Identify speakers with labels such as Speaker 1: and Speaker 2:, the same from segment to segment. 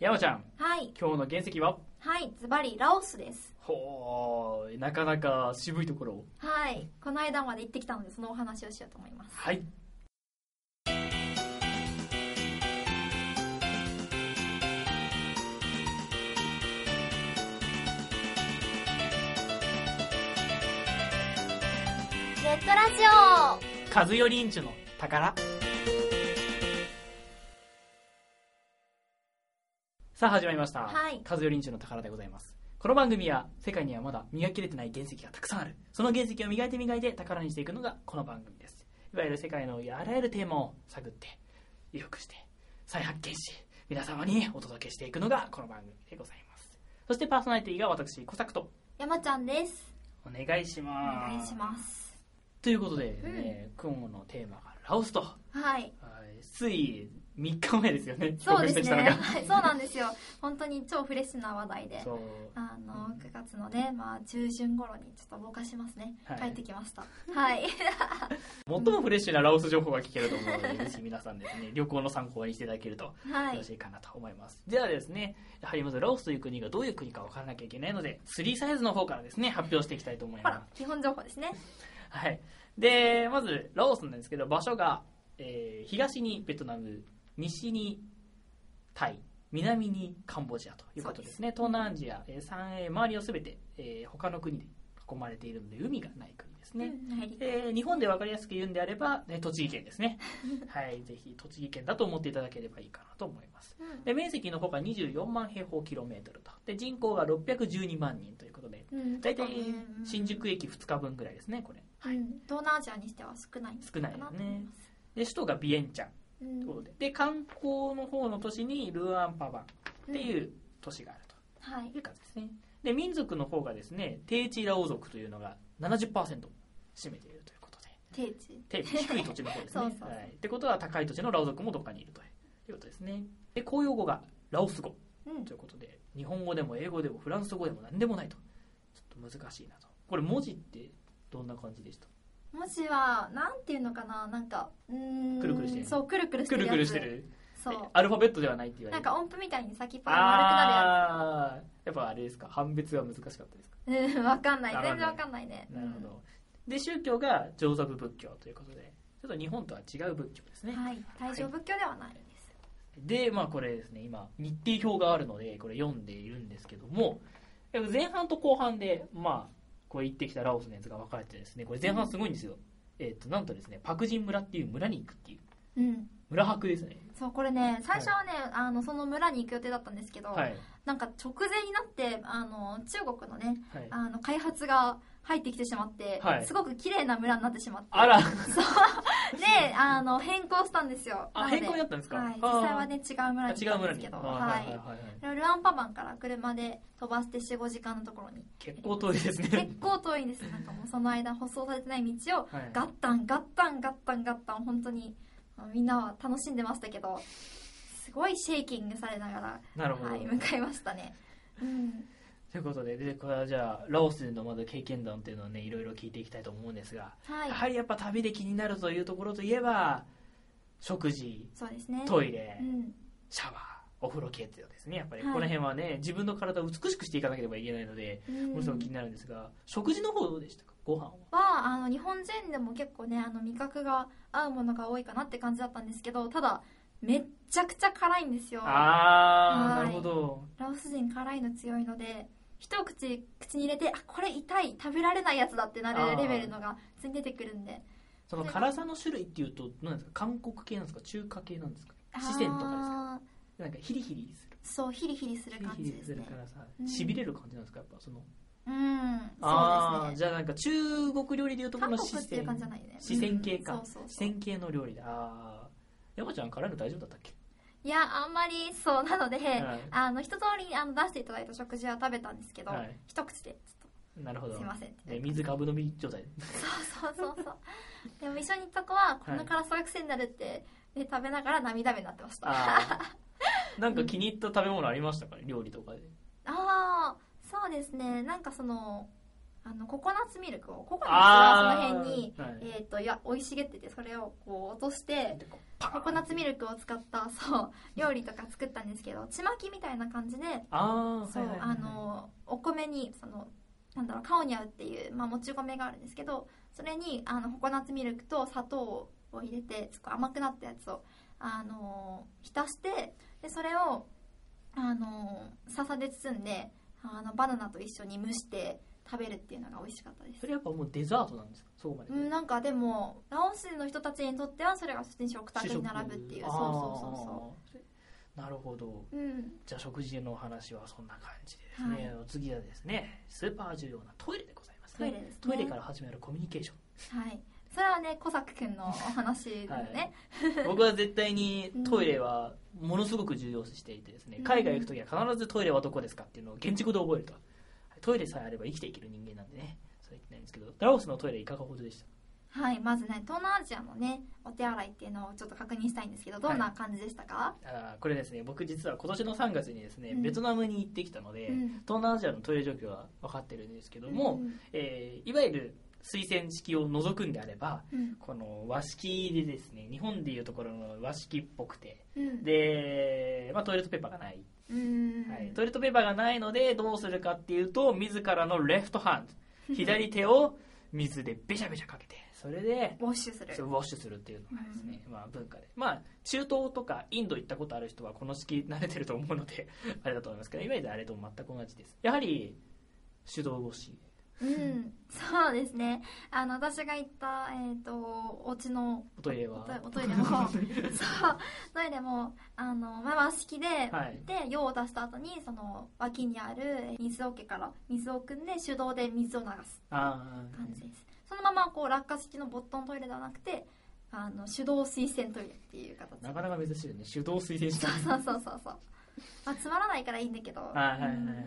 Speaker 1: 山ちゃん、
Speaker 2: はい。
Speaker 1: 今日の原石は
Speaker 2: はい。ズバリ、ラオスです。
Speaker 1: ほー、なかなか渋いところを。
Speaker 2: はい。この間まで行ってきたので、そのお話をしようと思います。
Speaker 1: はい。
Speaker 2: ネットラジオ
Speaker 1: カズヨリンチュの宝。さあ始まりました。
Speaker 2: はい
Speaker 1: カズヨリンチュの宝でございます。この番組は世界にはまだ磨き切れてない原石がたくさんある。その原石を磨いて磨いて宝にしていくのがこの番組です。いわゆる世界のあらゆるテーマを探って、威力して、再発見し、皆様にお届けしていくのがこの番組でございます。そしてパーソナリティが私、小作と
Speaker 2: 山ちゃんです。
Speaker 1: お願いし
Speaker 2: お
Speaker 1: ます。
Speaker 2: 願いします。
Speaker 1: ということで、ね今日のテーマがラオスと。
Speaker 2: はい。
Speaker 1: はいつい3日前ですよね、
Speaker 2: そうで
Speaker 1: 帰国し
Speaker 2: す
Speaker 1: てき
Speaker 2: ね。
Speaker 1: たのが
Speaker 2: はい。そうなんですよ。本当に超フレッシュな話題で。
Speaker 1: そう
Speaker 2: あの9月のね、まあ、中旬頃にちょっとぼかしますね、
Speaker 1: はい
Speaker 2: 帰ってきましたはい
Speaker 1: 最もフレッシュなラオス情報が聞けると思うので、ぜひ皆さんです ね、旅行の参考にしていただけるとよ
Speaker 2: はい
Speaker 1: ろしいかなと思います。ではですね、やはりまずラオスという国がどういう国か分からなきゃいけないので、3サイズの方からですね、発表していきたいと思い
Speaker 2: ほ
Speaker 1: ます
Speaker 2: ら。基本情報ですね
Speaker 1: はい。で、まず、ラオスなんですけど、場所が、えー東にベトナム、西にタイ、南にカンボジアということですね。東南アジア、えー三えー周りをすべて、えー他の国で囲まれているので、海がない国ですね。
Speaker 2: うんはい
Speaker 1: えー日本で分かりやすく言うんであれば、えー栃木県です ね。はい、ぜひ栃木県だと思っていただければいいかなと思います。
Speaker 2: うん
Speaker 1: で面積の方が24万平方キロメートルとで人口が612万人ということで
Speaker 2: うん
Speaker 1: 大体
Speaker 2: うん
Speaker 1: 新宿駅2日分ぐらいですねこれ
Speaker 2: うん東南アジアにしては少ない
Speaker 1: 少ない
Speaker 2: か
Speaker 1: で
Speaker 2: な
Speaker 1: す
Speaker 2: と思い
Speaker 1: ね
Speaker 2: ま
Speaker 1: で首都がビエンチャン
Speaker 2: す、う
Speaker 1: とい
Speaker 2: ん
Speaker 1: うことでで観光の方の都市にルアンパバンっていう都市がある
Speaker 2: うんはい
Speaker 1: という感じですねで民族の方がですね低地ラオ族というのが70%占めているということで
Speaker 2: 定置
Speaker 1: 低低い土地の方ですね
Speaker 2: そうそうそう
Speaker 1: はい、ってことは高い土地のラオ族もどっかにいるということですねで公用語がラオス語
Speaker 2: うん
Speaker 1: ということで日本語でも英語でもフランス語でも何でもないとちょっと難しいなとこれ文字ってどんな感じでした
Speaker 2: もしはなんていうのかななんかうーん
Speaker 1: くるくるしてる
Speaker 2: そうくるくるして
Speaker 1: く
Speaker 2: る
Speaker 1: る
Speaker 2: やつ
Speaker 1: くるしてるえ
Speaker 2: そ
Speaker 1: アルファベットではないって言
Speaker 2: う
Speaker 1: われ
Speaker 2: なん
Speaker 1: る
Speaker 2: か音符みたいに先っぽが丸
Speaker 1: ああーやっぱあれですか判別が難しかったですか
Speaker 2: くなるやつうんわかんない
Speaker 1: わかんない
Speaker 2: 全然わかんないね
Speaker 1: なるほど、で宗教が上座部仏教ということでちょっと日本とは違う仏教です
Speaker 2: う
Speaker 1: ね、
Speaker 2: んはい大乗仏教ではないです
Speaker 1: でまあこれですね今日程表があるのでこれ読んでいるんですけども前半と後半でまあこれ行ってきたラオスのやつが分かれてですねこれ前半すごいんですよ、えっとなんとですねパクジン村っていう村に行くっていう
Speaker 2: うん
Speaker 1: 村博ですね
Speaker 2: そうこれね最初はね、あのその村に行く予定だったんですけど、
Speaker 1: はい
Speaker 2: なんか直前になってあの中国のね
Speaker 1: はい
Speaker 2: あの開発が入ってきてしまって、
Speaker 1: はい
Speaker 2: すごく綺麗な村になってしまって
Speaker 1: あら
Speaker 2: であの変更したんですよ
Speaker 1: あ
Speaker 2: なので
Speaker 1: 変更になったんですか
Speaker 2: はい、
Speaker 1: あー
Speaker 2: 実際はね違う村に
Speaker 1: 違
Speaker 2: 行った
Speaker 1: うん村
Speaker 2: です
Speaker 1: に
Speaker 2: けど
Speaker 1: あー
Speaker 2: はい
Speaker 1: はいはいはい
Speaker 2: ルアンパバンから車で飛ばして45時間のところに
Speaker 1: 結構遠いです
Speaker 2: 結
Speaker 1: ね
Speaker 2: 構遠いんですよなんかもうその間舗装されてない道を
Speaker 1: はい
Speaker 2: ガッタンガッタンガッタンガッタン本当にみんなは楽しんでましたけどすごいシェイキングされながら
Speaker 1: なるほど、
Speaker 2: はい、向かいましたね。うん、
Speaker 1: ということででこれはじゃあラオスのまず経験談っていうのをねいろいろ聞いていきたいと思うんですが、
Speaker 2: はい
Speaker 1: や、はりやっぱ旅で気になるというところといえば食事
Speaker 2: そうですね。
Speaker 1: トイレ
Speaker 2: うん、
Speaker 1: シャワーお風呂系っていうのですねやっぱりこ
Speaker 2: はい
Speaker 1: の辺はね自分の体を美しくしていかなければいけないので
Speaker 2: う
Speaker 1: もの
Speaker 2: ん
Speaker 1: すごく気になるんですが食事の方どうでしたかご飯は
Speaker 2: はあの日本人でも結構ねあの味覚が合うものが多いかなって感じだったんですけどただめっちゃくちゃ辛いんですよラ
Speaker 1: ああ
Speaker 2: はい
Speaker 1: なるほど
Speaker 2: オス人辛いの強いので一口口に入れてあこれ痛い食べられないやつだってなるレベルのが普通に出てくるんで
Speaker 1: その辛さの種類っていうと何ですか韓国系なんですか中華系なんですか四川とかですか
Speaker 2: あ
Speaker 1: なんかヒリヒリする
Speaker 2: ーそうヒリヒリする感
Speaker 1: ヒリ
Speaker 2: じ
Speaker 1: ヒリ
Speaker 2: ですす
Speaker 1: る
Speaker 2: ね
Speaker 1: 辛さ
Speaker 2: うん
Speaker 1: しびれる感じなんですかやっぱその
Speaker 2: うんそう
Speaker 1: あー
Speaker 2: ですね
Speaker 1: じゃあなんか中国料理でいうとこ
Speaker 2: 韓
Speaker 1: の
Speaker 2: 国っていう感じじゃないね
Speaker 1: 四川系か
Speaker 2: うんそうそうそう
Speaker 1: 四川系の料理だあー山ちゃん辛いの大丈夫だったっけ
Speaker 2: いやあんまりそうなので、
Speaker 1: はい
Speaker 2: あの一通りあの出していただいた食事は食べたんですけど、
Speaker 1: はい
Speaker 2: 一口でちょっ
Speaker 1: なるほ
Speaker 2: と
Speaker 1: ど
Speaker 2: すいませんって、
Speaker 1: ね水がぶ飲み状 態
Speaker 2: そうそうそうそうでも一緒に行った子はこんな辛さが癖になるって、で食べながら涙目になってましたあ
Speaker 1: あーなんか気に入った食べ物ありましたかね料理とかで
Speaker 2: あーそうですねなんかそのあのココナッツミルクをココナッツ
Speaker 1: あ
Speaker 2: が
Speaker 1: ー
Speaker 2: その辺に、
Speaker 1: はい
Speaker 2: えっ、といや生い茂っててそれをこう落として
Speaker 1: でこうパーン
Speaker 2: ココナッツミルクを使ったそう料理とか作ったんですけどちまきみたいな感じで
Speaker 1: あー
Speaker 2: そう
Speaker 1: はいはいはい
Speaker 2: あのお米にそのなんだろうカオニャウっていう、まあ、もち米があるんですけどそれにあのココナッツミルクと砂糖を入れてちょっと甘くなったやつをあの浸してでそれをあの笹で包んであのバナナと一緒に蒸して食べるっていうのが美味しかったです
Speaker 1: それやっぱもうデザートなんですかそこまで、
Speaker 2: うん、なんかでもラオスの人たちにとってはそれが普通に食卓に並ぶっていう
Speaker 1: あ
Speaker 2: そ
Speaker 1: ー
Speaker 2: うそうそうそ
Speaker 1: なるほど
Speaker 2: ううん
Speaker 1: じゃあ食事のお話はそんな感じでですね、お次はですねスーパー重要なトイレでございますね
Speaker 2: トイレですね
Speaker 1: トイレから始めるコミュニケーション
Speaker 2: はいそれはね小作くんのお話でね、
Speaker 1: はい僕は絶対にトイレはものすごく重要視していてですね、
Speaker 2: うん
Speaker 1: 海外行く時は必ずトイレはどこですかっていうのを現地語で覚えるとトイレさえあれば生きていける人間なんでねそれは言ってないんですけどラオスのトイレいかがほどでした
Speaker 2: はい、まずね東南アジアのねお手洗いっていうのをちょっと確認したいんですけどどんな感じでしたか、
Speaker 1: あーこれですね僕実は今年の3月にですね、
Speaker 2: うん
Speaker 1: ベトナムに行ってきたので、
Speaker 2: うん
Speaker 1: 東南アジアのトイレ状況は分かってるんですけども、
Speaker 2: うん
Speaker 1: えーいわゆる水洗式を除くんであれば
Speaker 2: うん
Speaker 1: この和式でですね日本でいうところの和式っぽくて
Speaker 2: うん
Speaker 1: で、まあ、トイレットペーパーがない
Speaker 2: うん
Speaker 1: はい、トイレットペーパーがないのでどうするかっていうと自らのレフトハン ド左手を水でべしゃべしゃかけてそれで
Speaker 2: ウォッシュする
Speaker 1: それをウォッシュするっていうのがですね、まあ、文化で、まあ、中東とかインド行ったことある人はこの式慣れてると思うので あれだと思いますけどいわゆるあれと全く同じですやはり手動ウォッシュ
Speaker 2: うんそうですねあの私が行ったえっ、とお家の
Speaker 1: おトイレ
Speaker 2: お
Speaker 1: は
Speaker 2: トおトイレもそうトイレもあのまあ和式で、
Speaker 1: はい
Speaker 2: で用を出した後にその脇にある水桶から水を汲んで手動で水を流す
Speaker 1: あー
Speaker 2: 感じですそのままこう落下式のボットントイレではなくてあの手動水洗トイレっていう形
Speaker 1: なかなか珍しいよね手動推薦した
Speaker 2: そうそうそうそうそう、まあ、つまらないからいいんだけど
Speaker 1: はいはいはいはいは
Speaker 2: う
Speaker 1: い
Speaker 2: ん
Speaker 1: はい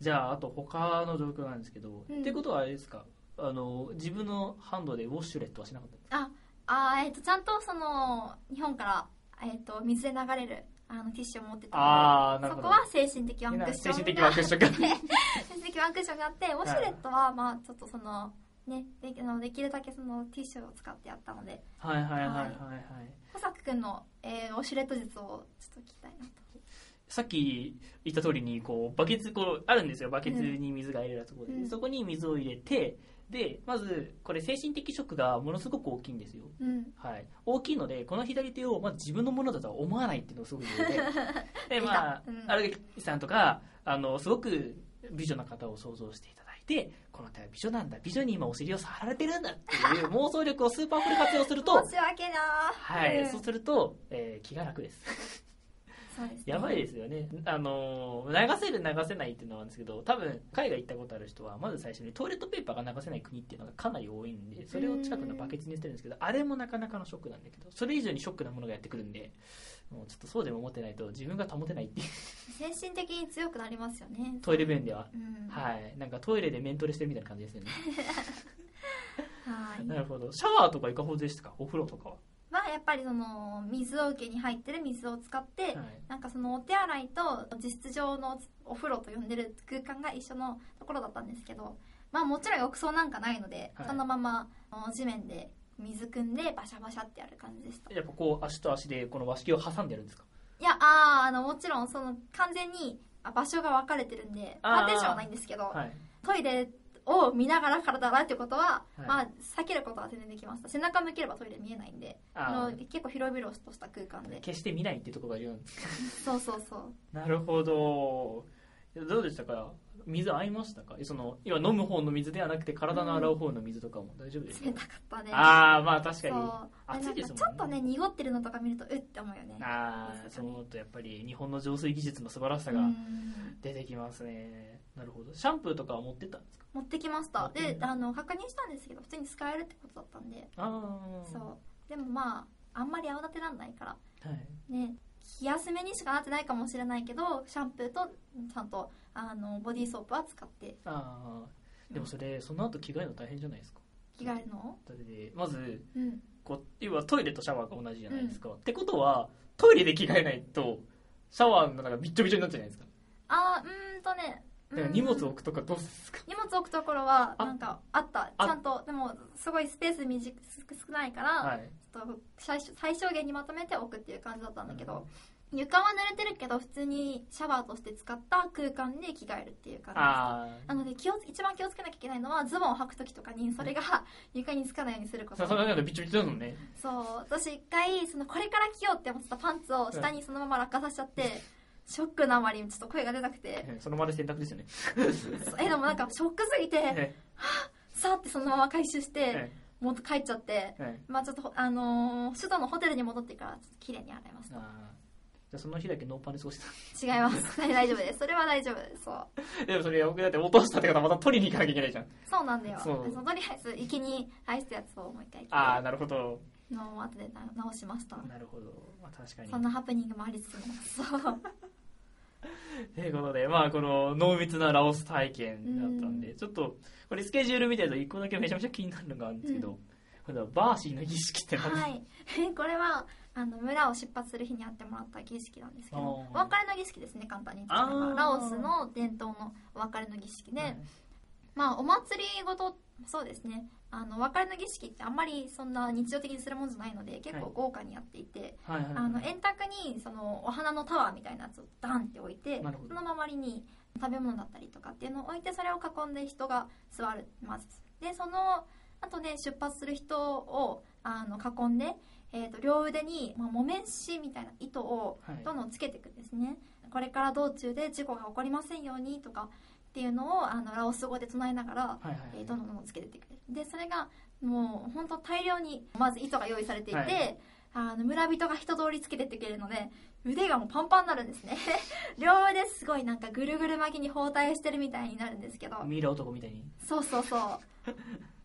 Speaker 1: じゃああと他の状況なんですけど、
Speaker 2: うん
Speaker 1: ってことはあれですかあの自分のハンドでウォッシュレットはしなかったんですか
Speaker 2: あーえっとちゃんとその日本から、えっと水で流れるあのティッシュを持ってた
Speaker 1: ああ
Speaker 2: ので
Speaker 1: な
Speaker 2: そ
Speaker 1: るほど
Speaker 2: こは精神的ワンクッシ
Speaker 1: 精
Speaker 2: ョン
Speaker 1: 神的
Speaker 2: が
Speaker 1: ワンクッションが
Speaker 2: 精神的ワンクッションがあってウォシュレットはまあちょっとそのねであのできるだけそのティッシュを使ってやったので
Speaker 1: はいはいはいはいは
Speaker 2: はいい小作くんの、えー、ウォシュレット術をちょっと聞きたいなと
Speaker 1: さっき言った通りにこうバケツこうあるんですよバケツに水が入れられたところで、
Speaker 2: うん
Speaker 1: そこに水を入れてでまずこれ精神的ショックがものすごく大きいんですよ
Speaker 2: うん
Speaker 1: はい、大きいのでこの左手をまず自分のものだとは思わないっていうのがすごく 重要ででまあ
Speaker 2: 出たうん
Speaker 1: 荒、木さんとかあのすごく美女な方を想像していただいてこの手は美女なんだ美女に今お尻を触られてるんだっていう妄想力をスーパーフル活用すると
Speaker 2: 申し訳な
Speaker 1: はい、
Speaker 2: うん
Speaker 1: そうすると、えー気が楽です
Speaker 2: そうですね
Speaker 1: やばいですよねあのー流せる流せないっていうのはあるんですけど多分海外行ったことある人はまず最初にトイレットペーパーが流せない国っていうのがかなり多いんでそれを近くのバケツに捨てるんですけどあれもなかなかのショックなんだけどそれ以上にショックなものがやってくるんでもうちょっとそうでも思ってないと自分が保てないっていう
Speaker 2: 精神的に強くなりますよね
Speaker 1: トイレ便では
Speaker 2: うん
Speaker 1: はいなんかトイレでメントレしてるみたいな感じですよね
Speaker 2: はい
Speaker 1: なるほどシャワーとかいかほどでしたかお風呂とかは
Speaker 2: まあやっぱりその水桶に入ってる水を使って、
Speaker 1: はい
Speaker 2: なんかそのお手洗いと実質上のお風呂と呼んでる空間が一緒のところだったんですけどまあもちろん浴槽なんかないので、
Speaker 1: はい
Speaker 2: そのままあの地面で水汲んでバシャバシャってやる感じでしたい
Speaker 1: やっぱこう足と足でこの和式を挟んでるんですか
Speaker 2: やあーあのもちろんその完全にあ場所が分かれてるんで
Speaker 1: あー
Speaker 2: パーテーションはないんですけど、
Speaker 1: はい
Speaker 2: トイレを見ながら体洗うってことは、
Speaker 1: はい
Speaker 2: まあ避けることは全然できました背中向ければトイレ見えないんで
Speaker 1: あ
Speaker 2: あの結構広々とした空間
Speaker 1: ー
Speaker 2: で
Speaker 1: 決して見ないってところが言うんです
Speaker 2: そうそうそう
Speaker 1: なるほどどうでしたか水合いましたかその要は飲む方の水ではなくて体の洗う方の水とかも大丈夫ですか、
Speaker 2: 冷たかったね
Speaker 1: ああまあ確かに
Speaker 2: そう
Speaker 1: 暑いですもんね
Speaker 2: なんかちょっとね濁ってるのとか見るとうって思うよね
Speaker 1: ああそう思うとやっぱり日本の浄水技術の素晴らしさが
Speaker 2: うん
Speaker 1: 出てきますねなるほどシャンプーとかは持ってったんですか
Speaker 2: 持ってきまし
Speaker 1: 持
Speaker 2: た
Speaker 1: ってきた
Speaker 2: であの確認したんですけど普通に使えるってことだったんで
Speaker 1: ああ
Speaker 2: そうでもまああんまり泡立てらんないから
Speaker 1: はい
Speaker 2: ね気休めにしかなってないかもしれないけどシャンプーとちゃんとあのボディーソープは使って
Speaker 1: ああでもそれその後着替えるの大変じゃないですか
Speaker 2: 着替えるのを
Speaker 1: だってまず
Speaker 2: うん
Speaker 1: こう要はトイレとシャワーが同じじゃないですか、ってことはトイレで着替えないとシャワーの中がびっちょびちょになっちゃうじゃないですか
Speaker 2: あーうーんとね
Speaker 1: だから荷物置くとかどうするんですか
Speaker 2: 荷物置くところは
Speaker 1: あ
Speaker 2: なんかあった
Speaker 1: あ
Speaker 2: ちゃんとでもすごいスペース短く少ないから、
Speaker 1: はい
Speaker 2: ちょっと最小最小限にまとめて置くっていう感じだったんだけど、床は濡れてるけど普通にシャワーとして使った空間で着替えるっていう感じです
Speaker 1: あ
Speaker 2: なので気を一番気をつけなきゃいけないのはズボンを履く時とかにそれが床につかないようにするこ
Speaker 1: あ
Speaker 2: と
Speaker 1: ささらないとビチョビチョだもんね
Speaker 2: そう私一回そのこれから着ようって思ってたパンツを下にそのまま落下させちゃってショックのあまりちょっと声が出なくて
Speaker 1: うんそのまで選択ですよね
Speaker 2: そうえでもなんかショックすぎて
Speaker 1: え
Speaker 2: さーってそのまま回収し
Speaker 1: え
Speaker 2: て
Speaker 1: え
Speaker 2: もっと帰っちゃって
Speaker 1: ええ
Speaker 2: まあちょっとあのー首都のホテルに戻ってからちょっと綺麗に洗いま
Speaker 1: あーじゃあその日だけノーパンで過ごして
Speaker 2: す違います 大丈夫ですそれは大丈夫ですそう
Speaker 1: た でもそれ僕だって落としたって方また取りに行かなきゃいけないじゃん
Speaker 2: そうなんだよ
Speaker 1: そう
Speaker 2: でそのとりあえず行きに入ったやつをもう一回
Speaker 1: ああ
Speaker 2: 着
Speaker 1: なるほど
Speaker 2: てのを後で直しました
Speaker 1: なるほど、まあ、確かに
Speaker 2: そんなハプニングもありつつも そう
Speaker 1: ということで、まあ、この濃密なラオス体験だったんで、
Speaker 2: う
Speaker 1: ちょっとこれスケジュール見てると一個だけめちゃめちゃ気になるのがあるんですけ
Speaker 2: う
Speaker 1: ど、このバーシーの儀式って何、
Speaker 2: はい、 これはあの村を出発する日にやってもらった儀式なんですけどお
Speaker 1: あー
Speaker 2: 別れの儀式ですね簡単に言
Speaker 1: あ
Speaker 2: って
Speaker 1: ー
Speaker 2: ラオスの伝統のお別れの儀式で、まあお祭りごとそうですねあのお別れの儀式ってあんまりそんな日常的にするもんじゃないので結構
Speaker 1: はい
Speaker 2: 豪華にやっていて、
Speaker 1: はいはいはい
Speaker 2: あの円卓にそのお花のタワーみたいなやつをダンって置いて
Speaker 1: なるほど
Speaker 2: その周りに食べ物だったりとかっていうのを置いてそれを囲んで人が座るますでその後で出発する人をあの囲んで、えー、と両腕に、まあ、木綿糸みたいな糸を
Speaker 1: はい
Speaker 2: どんどんつけていくんですねこれから道中で事故が起こりませんようにとかっていうのをあのラオス語で唱えながら、
Speaker 1: はいはいはい
Speaker 2: えーどんどんどんどんつけてってくれるでそれがもう本当大量にまず糸が用意されていて、
Speaker 1: はい
Speaker 2: あの村人が一通りつけてってくれるので腕がもうパンパンになるんですね 両腕すごいなんかぐるぐる巻きに包帯してるみたいになるんですけど
Speaker 1: ミイラ男みたいに
Speaker 2: そうそうそう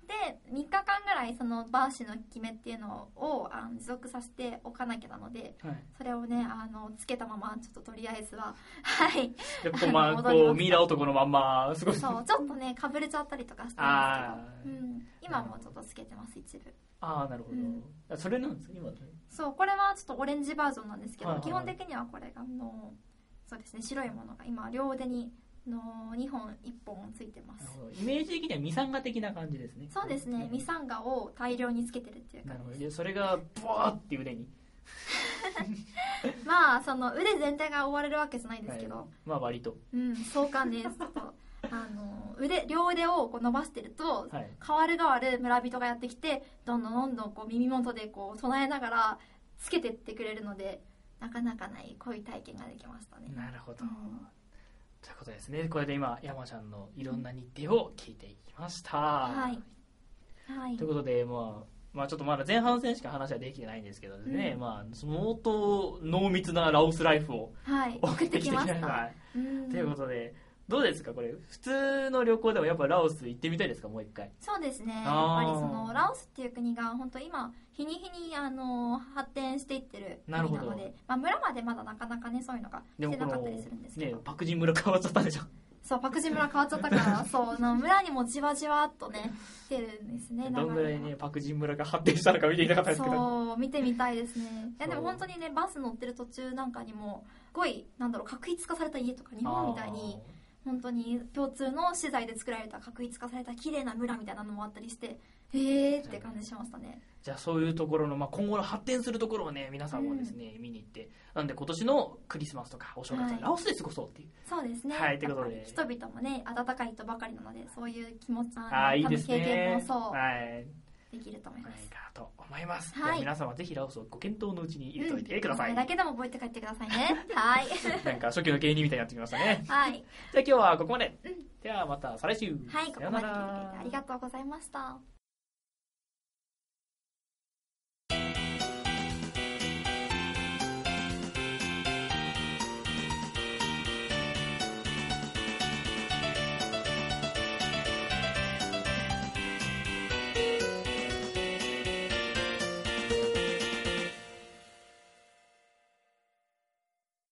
Speaker 2: で3日間ぐらいそのバーシの決めっていうのをあの持続させておかなきゃなので
Speaker 1: はい
Speaker 2: それをねあのつけたままちょっととりあえずは はい
Speaker 1: でこうまあ
Speaker 2: 戻ります
Speaker 1: こうミイラ男のまんま過ごす
Speaker 2: そうちょっとねかぶれちゃったりとか したんですけど、うん、今はもうちょっとつけてます一部
Speaker 1: ああなるほど、
Speaker 2: うん
Speaker 1: あそれなんですか今の
Speaker 2: そうこれはちょっとオレンジバージョンなんですけど、
Speaker 1: はいはい
Speaker 2: 基本的にはこれがあのそうですね白いものが今両腕にの2本1本ついてま
Speaker 1: な
Speaker 2: す
Speaker 1: るほどイメージ的にはミサンガ的な感じですね
Speaker 2: そうですねミサンガを大量につけてるっていう
Speaker 1: なる
Speaker 2: 感
Speaker 1: ほ
Speaker 2: じ
Speaker 1: ど
Speaker 2: で
Speaker 1: でそれがブワーって腕に、
Speaker 2: すまあその腕全体が覆われるわけじゃないですけど、
Speaker 1: はいまあ割と
Speaker 2: うん壮観ですちょっとあの腕両腕をこう伸ばしてると
Speaker 1: はい
Speaker 2: 変わる変わる村人がやってきてどんどんどんどんこう耳元でこう唱えながらつけてってくれるのでなかなかないこういう体験ができましたね
Speaker 1: なるほど、
Speaker 2: うん
Speaker 1: ということですねこれで今山ちゃんのいろんな日程を聞いていきました、
Speaker 2: はいはい
Speaker 1: ということで、まあ、まあちょっとまだ前半戦しか話はできてないんですけどですね、
Speaker 2: うん
Speaker 1: まあ相当濃密なラオスライフを
Speaker 2: はい
Speaker 1: 送
Speaker 2: 送
Speaker 1: っ
Speaker 2: ってて
Speaker 1: き
Speaker 2: き
Speaker 1: て
Speaker 2: ま
Speaker 1: き
Speaker 2: したた
Speaker 1: はい
Speaker 2: うん
Speaker 1: ということでどうですかこれ普通の旅行でもやっぱラオス行ってみたいですかもう一回
Speaker 2: そうですねやっ
Speaker 1: あ
Speaker 2: ぱ
Speaker 1: ー
Speaker 2: りそのラオスっていう国が本当今日に日にあの発展していってる国
Speaker 1: な
Speaker 2: な
Speaker 1: る
Speaker 2: の
Speaker 1: ほ
Speaker 2: で
Speaker 1: ど
Speaker 2: まあ、村までまだなかなかねそういうのが
Speaker 1: で
Speaker 2: 来
Speaker 1: も
Speaker 2: て
Speaker 1: こ
Speaker 2: なか
Speaker 1: の
Speaker 2: ったりするんですけ
Speaker 1: ね
Speaker 2: ど、
Speaker 1: パクジン村変わっちゃったんでしょ
Speaker 2: そうパクジン村変わっちゃったか らそうな村にもじわじわっとね来てるんですね
Speaker 1: どんぐらい
Speaker 2: 流れ
Speaker 1: ね
Speaker 2: が
Speaker 1: パクジン村が発展したのか見ていなかったですけど
Speaker 2: そう見てみたいですねいやで
Speaker 1: そ
Speaker 2: も
Speaker 1: う
Speaker 2: 本当にねバス乗ってる途中なんかにもすごいなんだろう確一化された家とか日本みたいに本当に共通の資材で作られた確一化された綺麗な村みたいなのもあったりしてえーって感じしましたね
Speaker 1: あーじゃあそういうところの、まあ、今後の発展するところをね皆さんもですね、見に行ってなんで今年のクリスマスとかお正月は
Speaker 2: はい
Speaker 1: ラオスで過ごそうっていう、
Speaker 2: そうですね
Speaker 1: はいということで
Speaker 2: やっぱり人々もね温かい人ばかりなのでそういう気持ち
Speaker 1: ああ
Speaker 2: あ
Speaker 1: ーいい
Speaker 2: の多
Speaker 1: で
Speaker 2: 分
Speaker 1: す
Speaker 2: 経験も
Speaker 1: ね
Speaker 2: そ
Speaker 1: はい、
Speaker 2: うできると思いま
Speaker 1: ない
Speaker 2: す
Speaker 1: かと思います、
Speaker 2: はい
Speaker 1: では皆様ぜひラオスをご検討のうちに入れておいてください、
Speaker 2: うん名前だけでも覚えて帰ってくださいねはい
Speaker 1: なんか初期の芸人みたいになってきましたね
Speaker 2: はい
Speaker 1: じゃあ今日はここまで、ではまた再来週
Speaker 2: はいここまで聞いてくれてあり
Speaker 1: さよなら
Speaker 2: がとうございました